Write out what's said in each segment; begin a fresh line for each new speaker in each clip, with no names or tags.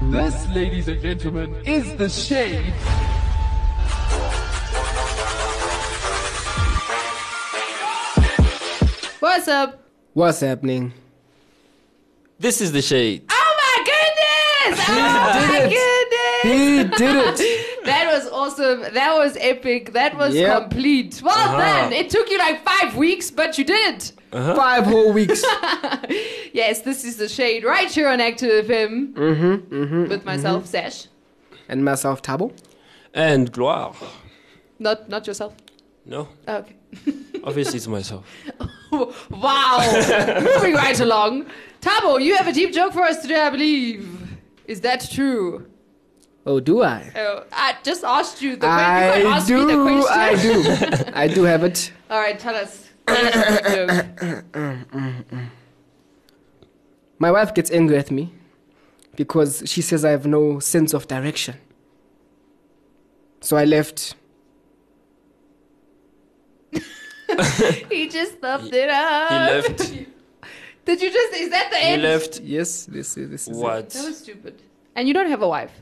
This, ladies and gentlemen, is the shade.
What's up?
What's happening?
This is the shade.
Oh my goodness! Oh my goodness!
He did it.
That was awesome. That was epic. That was
Yep. Uh-huh.
complete. Well done. It took you like five weeks, but you did it.
Five whole weeks.
Yes, this is the shade right here on Active FM
Mm-hmm,
with myself, Sash.
And myself, Tabo.
And Gloire.
Not not yourself. Oh,
No,
Okay.
obviously it's myself.
wow. Moving right along. Tabo, you have a deep joke for us today, I believe. Is that true?
Oh, do I?
Oh, I just asked you the question. You could
I
ask me the
do.
question.
I do. I do have it.
All right, tell us. Tell us the joke.
My wife gets angry at me because she says I have no sense of direction. So I left.
He just thumped it up.
He left.
Did you just? Is that the
He
end?
left.
Yes, this is this is. it.
What?
That was stupid. And you don't have a wife.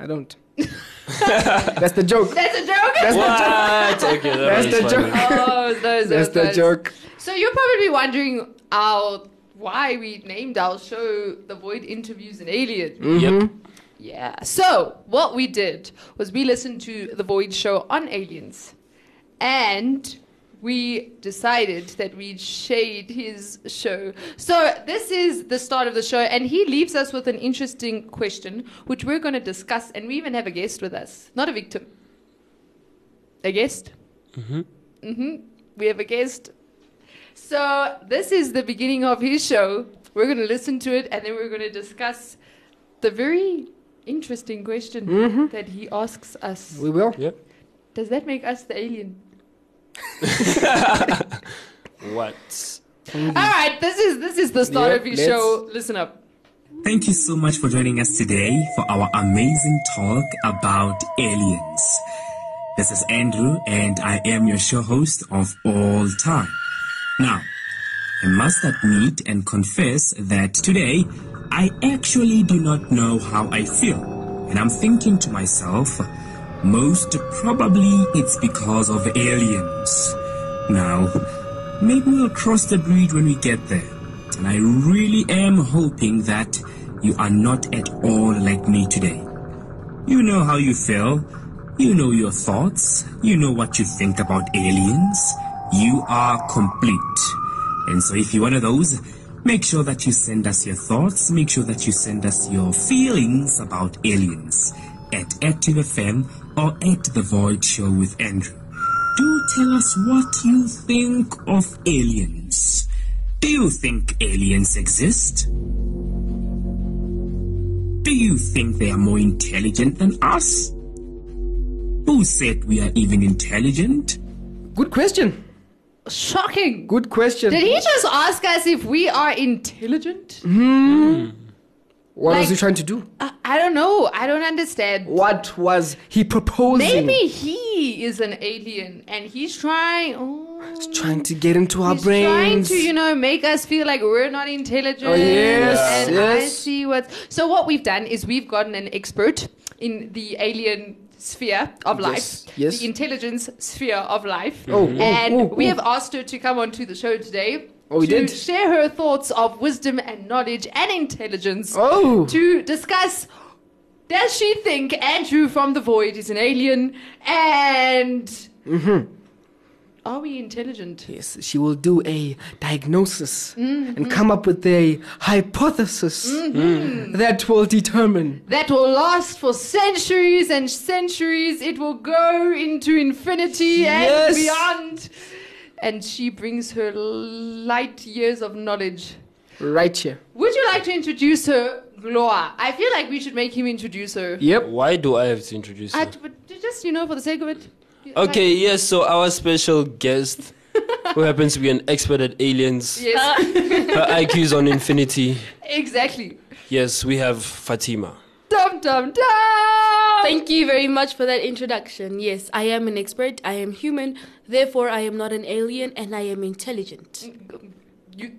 I don't. That's the joke.
That's a joke. That's
What? Okay, that
That's
was
the
funny.
joke.
oh, those,
That's the joke.
So you're probably wondering our why we named our show "The Void Interviews an Alien."
Mm. Mm-hmm.
Yep.
Yeah. So what we did was we listened to the Void show on aliens, and we decided that we'd shade his show. So this is the start of the show, and he leaves us with an interesting question, which we're going to discuss, and we even have a guest with us, not a victim, a guest. Mm-hmm. Mm-hmm. We have a guest. So this is the beginning of his show. We're going to listen to it, and then we're going to discuss the very interesting question that he asks us.
We will.
Yep.
Does that make us the alien?
What?
All right, this is this is the start
Yep,
of his
let's-
show. Listen up.
Thank you so much for joining us today for our amazing talk about aliens. This is Andrew, and I am your show host of all time. Now, I must admit and confess that today I actually do not know how I feel. And I'm thinking to myself, most probably it's because of aliens. Now, maybe we'll cross the bridge when we get there. And I really am hoping that you are not at all like me today. You know how you feel. You know your thoughts. You know what you think about aliens. You are complete. And so if you're one of those, make sure that you send us your thoughts. Make sure that you send us your feelings about aliens at Active FM or at The Void Show with Andrew. Do tell us what you think of aliens. Do you think aliens exist? Do you think they are more intelligent than us? Who said we are even intelligent?
Good question.
Shocking.
Good question.
Did he just ask us if we are intelligent?
Mm-hmm. What was
like-
he trying to do?
I, I don't know. I don't understand.
What was he proposing?
Maybe he is an alien and he's trying. Oh,
Trying to get into our
he's trying
brains.
to, you know, make us feel like we're not intelligent.
Oh, yes,
and I
yes.
see what. So what we've done is we've gotten an expert in the alien sphere of life,
Yes, yes.
the intelligence sphere of life.
Oh, oh,
and
oh,
we
oh.
have asked her to come onto the show today.
Oh, we
to
did?
share her thoughts of wisdom and knowledge and intelligence
Oh.
to discuss does she think Andrew from the void is an alien and
Mm-hmm.
are we intelligent?
Yes, she will do a diagnosis
Mm-hmm.
and come up with a hypothesis
Mm-hmm.
that will determine.
that will last for centuries and centuries. It will go into infinity and
Yes.
beyond. And she brings her light years of knowledge.
Right here.
Would you like to introduce her, Gloa? I feel like we should make him introduce her.
Yep.
Why do I have to introduce
I-
you?
but just, you know, for the sake of it.
Okay, yes, so our special guest, who happens to be an expert at aliens,
Yes,
Uh,
her IQ is on infinity.
exactly.
Yes, we have Fatima.
Dum, dum, dum!
Thank you very much for that introduction. Yes, I am an expert. I am human. Therefore, I am not an alien and I am intelligent.
you.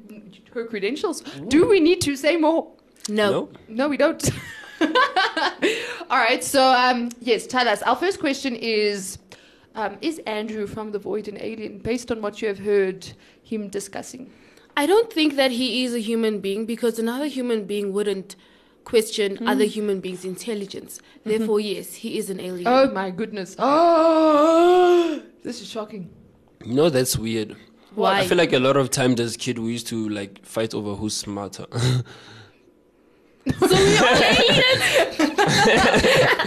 Her credentials. Do we need to say more?
No.
No?
No, we don't. All right. So, um, yes, tell us. Our first question is um, Is Andrew from The Void an alien based on what you have heard him discussing?
I don't think that he is a human being because another human being wouldn't question
Hmm.
other human beings' intelligence. Therefore, yes, he is an alien.
Mm-hmm. Oh, my goodness. Oh, this is shocking.
No, that's weird.
Why?
I feel like a lot of times as kid we used to like fight over who's smarter.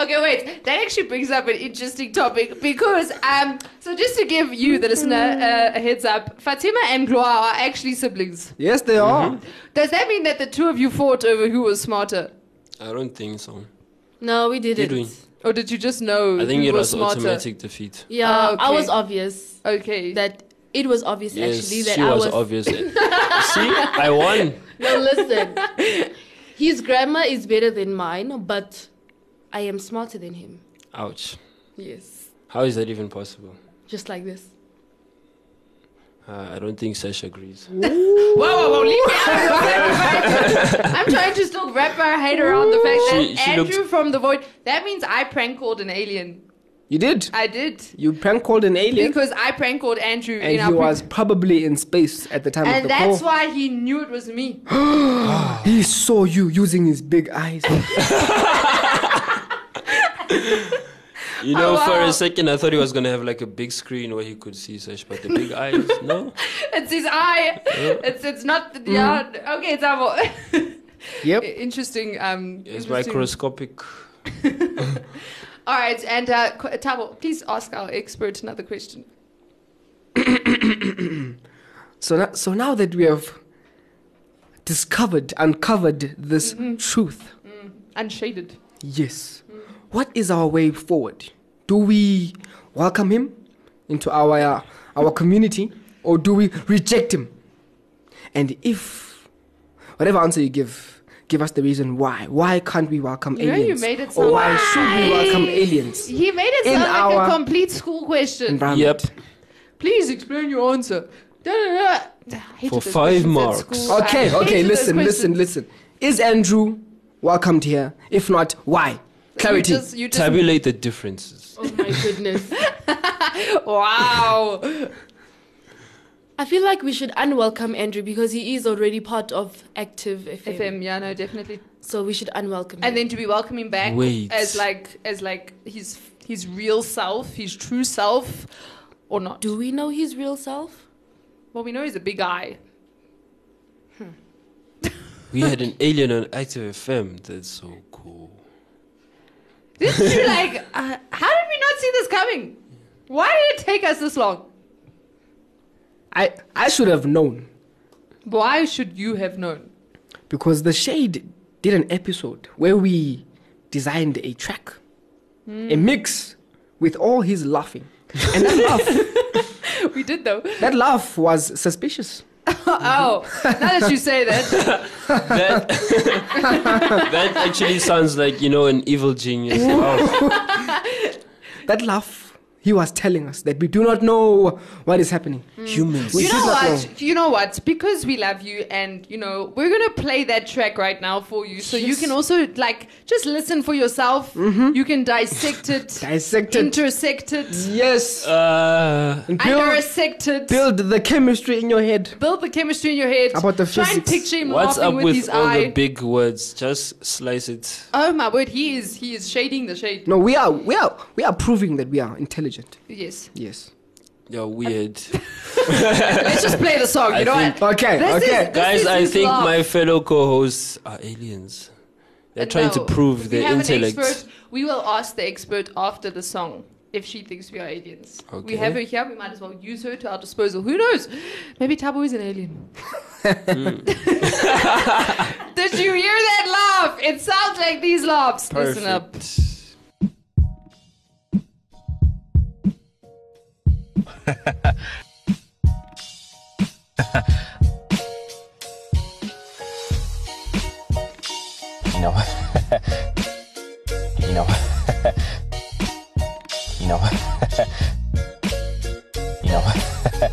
Okay, wait. That actually brings up an interesting topic because, um, so just to give you, the listener, uh, a heads up, Fatima and Gloire are actually siblings.
Yes, they are.
Does that mean that the two of you fought over who was smarter?
I don't think so.
no, we didn't.
Did we?
Or did you just know
I think
who
it was
smarter?
automatic defeat.
Yeah,
Oh,
I was
okay.
obvious
Okay.
that it was obvious
Yes,
actually that
she
I
was,
was.
obvious. See, I won.
no, listen. His grammar is better than mine, but I am smarter than him.
Ouch.
Yes,
How is that even possible?
just like this.
Uh, I don't think Sesh agrees.
Whoa, whoa, whoa, leave me out of the fact. I'm trying to still wrap my head around the fact that
She- she
Andrew
looked-
from The Void. That means I prank called an alien.
You did.
I did.
You prank called an alien,
Because I prank called Andrew
and
in
he
our pre-
was probably in space at the time of
And
the
that's
call.
why he knew it was me.
He saw you using his big eyes.
You know,
Oh,
for
wow.
a second, I thought he was gonna have like a big screen where he could see Sesh, but the big eyes, no.
It's his eye. It's it's not the yeah. Okay, it's our.
Mm. yep.
Interesting. Um,
It's
interesting.
microscopic.
All right, and uh, Qu- Thabo, please ask our expert another question.
So now, so now that we have discovered, uncovered this
Mm-hmm.
truth,
Unshaded.
yes, what is our way forward? Do we welcome him into our uh, our community, or do we reject him? And if whatever answer you give, give us the reason why. Why can't we welcome
You know, you
aliens?
made it
or
sound-
why should we welcome aliens?
He made it
In
sound like
our-
a complete school question.
Yep.
Environment.
Please explain your answer. Da, da, da. I hated
For
those
five
questions at
marks.
school.
Okay,
I
okay,
hated those
listen, listen,
questions.
listen. Is Andrew welcomed here? If not, why? Clarity.
You just, you just,
Tabulate the differences.
Oh my goodness.
wow.
I feel like we should unwelcome Andrew because he is already part of Active FM.
FM, yeah, no, definitely.
So we should unwelcome him.
And then to be welcoming back
Wait.
as like as like his his real self, his true self, or not.
do we know his real self?
Well, we know he's a big guy.
We had an alien on Active FM. That's so cool.
This is like, uh, how did we not see this coming? Why did it take us this long?
I I should have known
Why should you have known?
because the shade did an episode where we designed a track, a
Hmm.
mix with all his laughing, and that laugh
We did though.
that laugh was suspicious.
Oh, now that you say that,
That that actually sounds like you know an evil genius. Oh, Wow.
That laugh he was telling us that we do not know what is happening.
Hmm.
Humans.
We
you know
did not know.
what? You know what? Because we love you, and you know we're gonna play that track right now for you, so you can also like just listen for yourself. You can dissect it,
Mm-hmm. Dissect it.
intersect it,
Yes,
Uh,
and build,
intersect it.
build the chemistry in your head.
build the chemistry in your head.
About the
Try and
physics.
picture him
what's
laughing
up
with, his
with all
eye.
the big words? Just slice it.
oh my word, he is he is shading the shade.
No, we are we are we are proving that we are intelligent.
Yes.
Yes.
You're weird.
Let's just play the song. You know
think-
what?
Okay.
This
okay.
is-
Guys,
is
I
his
think
laugh.
my fellow co-hosts are aliens. They're trying to
No, we
prove their
have an
intellect.
expert. We will ask the expert after the song if she thinks we are aliens. We
Okay.
have her here. We might as well use her to our disposal. Who knows? Maybe Tabo is an alien.
Hmm.
Did you hear that laugh? It sounds like these laughs. Listen up.
Perfect.
You know what? you know what? you know what? you know what?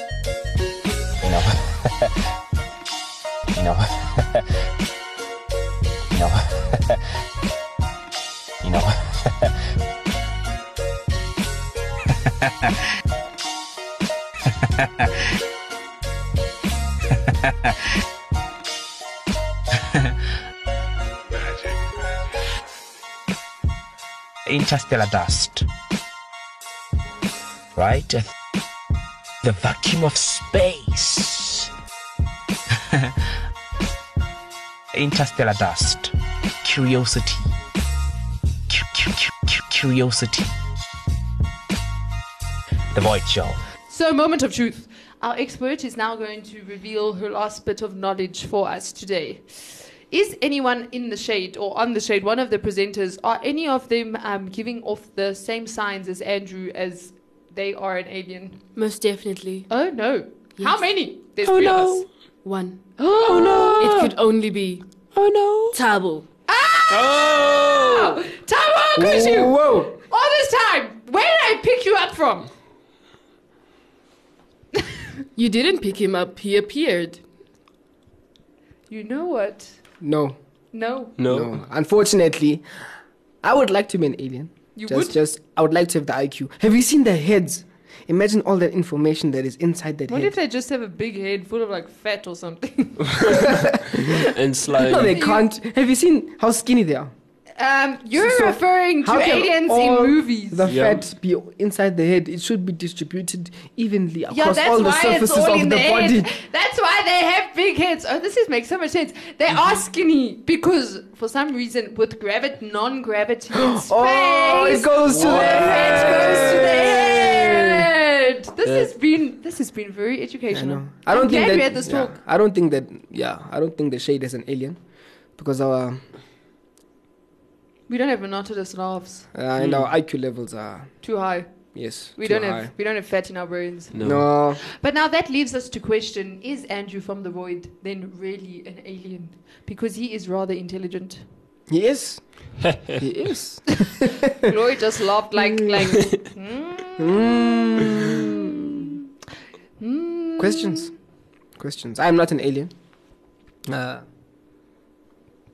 You know. you know. you know. you know. Interstellar dust. Right? The vacuum of space. Interstellar dust. Curiosity. Cu- cu- cu- cu- Curiosity. The void show.
So, moment of truth. Our expert is now going to reveal her last bit of knowledge for us today. Is anyone in the shade or on the shade, one of the presenters, are any of them um, giving off the same signs as Andrew as they are an alien?
Most definitely.
Oh no. How
Yes.
many? There's three of us.
One.
Oh no.
It could only be
Oh no.
Tabo.
Oh! Tabo Kushu!
Whoa!
All this time! Where did I pick you up from?
You didn't pick him up, he appeared.
You know what?
No,
No.
No.
no. Unfortunately, I would like to be an alien.
You
just,
would?
just, I would like to have the IQ. Have you seen their heads? Imagine all that information that is inside that
What
head.
if they just have a big head full of like fat or something?
and
no,
slime.
they can't. Have you seen how skinny they are?
Um, you're
So-
referring to
How can
aliens in
all
movies.
The
Yeah.
fat be inside the head. It should be distributed evenly across
yeah, that's
all the
why it's
surfaces
all
of
in
the,
the,
body.
head. That's why they have big heads. Oh, this is makes so much sense. They
Mm-hmm.
are skinny because for some reason, with gravity, non-gravity in space,
Oh, it goes to the
fat goes to the head. This
Yeah.
has been this has been very
I
educational.
know. I don't
am
think
glad
that.
we had this
yeah,
talk.
I don't think that. Yeah, I don't think the shade is an alien, because our
We don't have monotonous laughs.
uh, and our IQ levels are
Too high.
yes.
Hmm. We
too
don't
high.
have we don't have fat in our brains.
No.
No.
But now that leaves us to question is Andrew from the void then really an alien? Because he is rather intelligent.
He is. he is.
Chloe just laughed like like
Mm.
"Hmm."
Questions. Questions. I'm not an alien. Uh,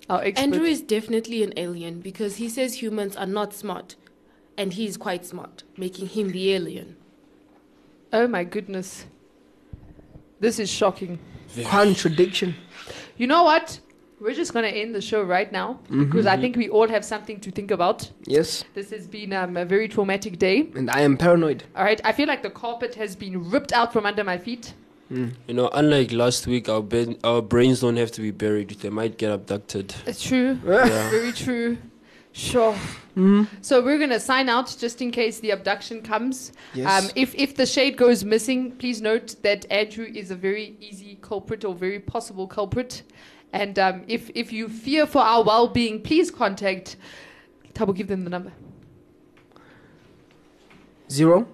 Our expert.
Andrew is definitely an alien because he says humans are not smart. And he's quite smart, making him the alien.
Oh my goodness. This is shocking.
contradiction.
You know what? We're just gonna end the show right now because I think we all have something to think about.
Yes.
This has been um, a very traumatic day.
And I am paranoid.
All right, I feel like the carpet has been ripped out from under my feet.
You know, unlike last week, our ben- our brains don't have to be buried. They might get abducted.
It's true.
yeah.
Very true. Sure.
Mm-hmm.
So we're gonna sign out just in case the abduction comes.
Yes.
Um, if if the shade goes missing, please note that Andrew is a very easy culprit or very possible culprit. And um, if if you fear for our well-being, please contact. Tabo, give them the number.
0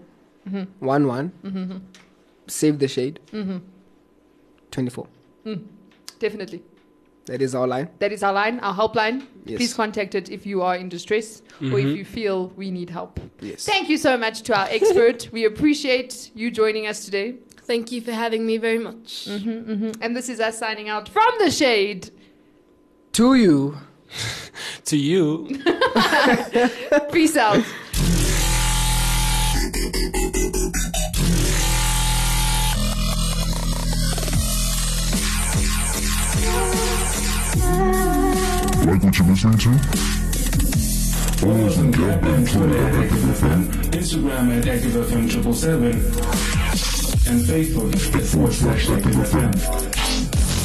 Mm-hmm.
one one. Save the shade. Twenty-four.
Definitely,
That is our line.
that is our line, our helpline.
Yes. Mm-hmm.
Please contact it if you are in distress or if you feel we need help.
Yes.
Thank you so much to our expert. we appreciate you joining us today.
Thank you for having me very much.
And this is us signing out from the shade.
to you.
To you.
Peace out.
Like what you're listening to? Always in your bed, Twitter at Active FM,
Instagram at ActiveFM triple seven, and Facebook at
forward slash Active FM.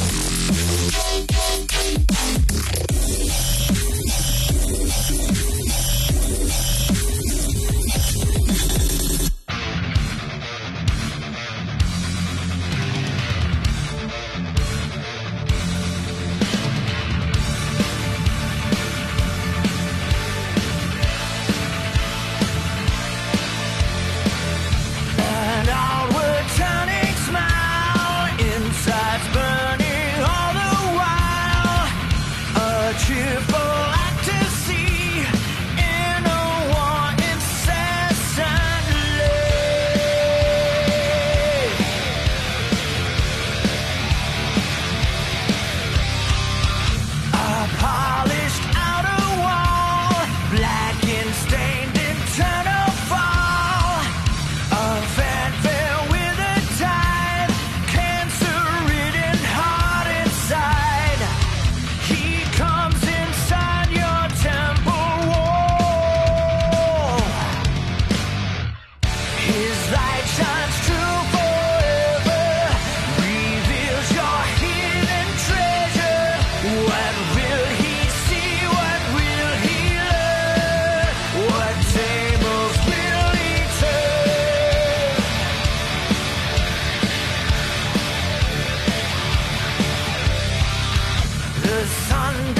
the sun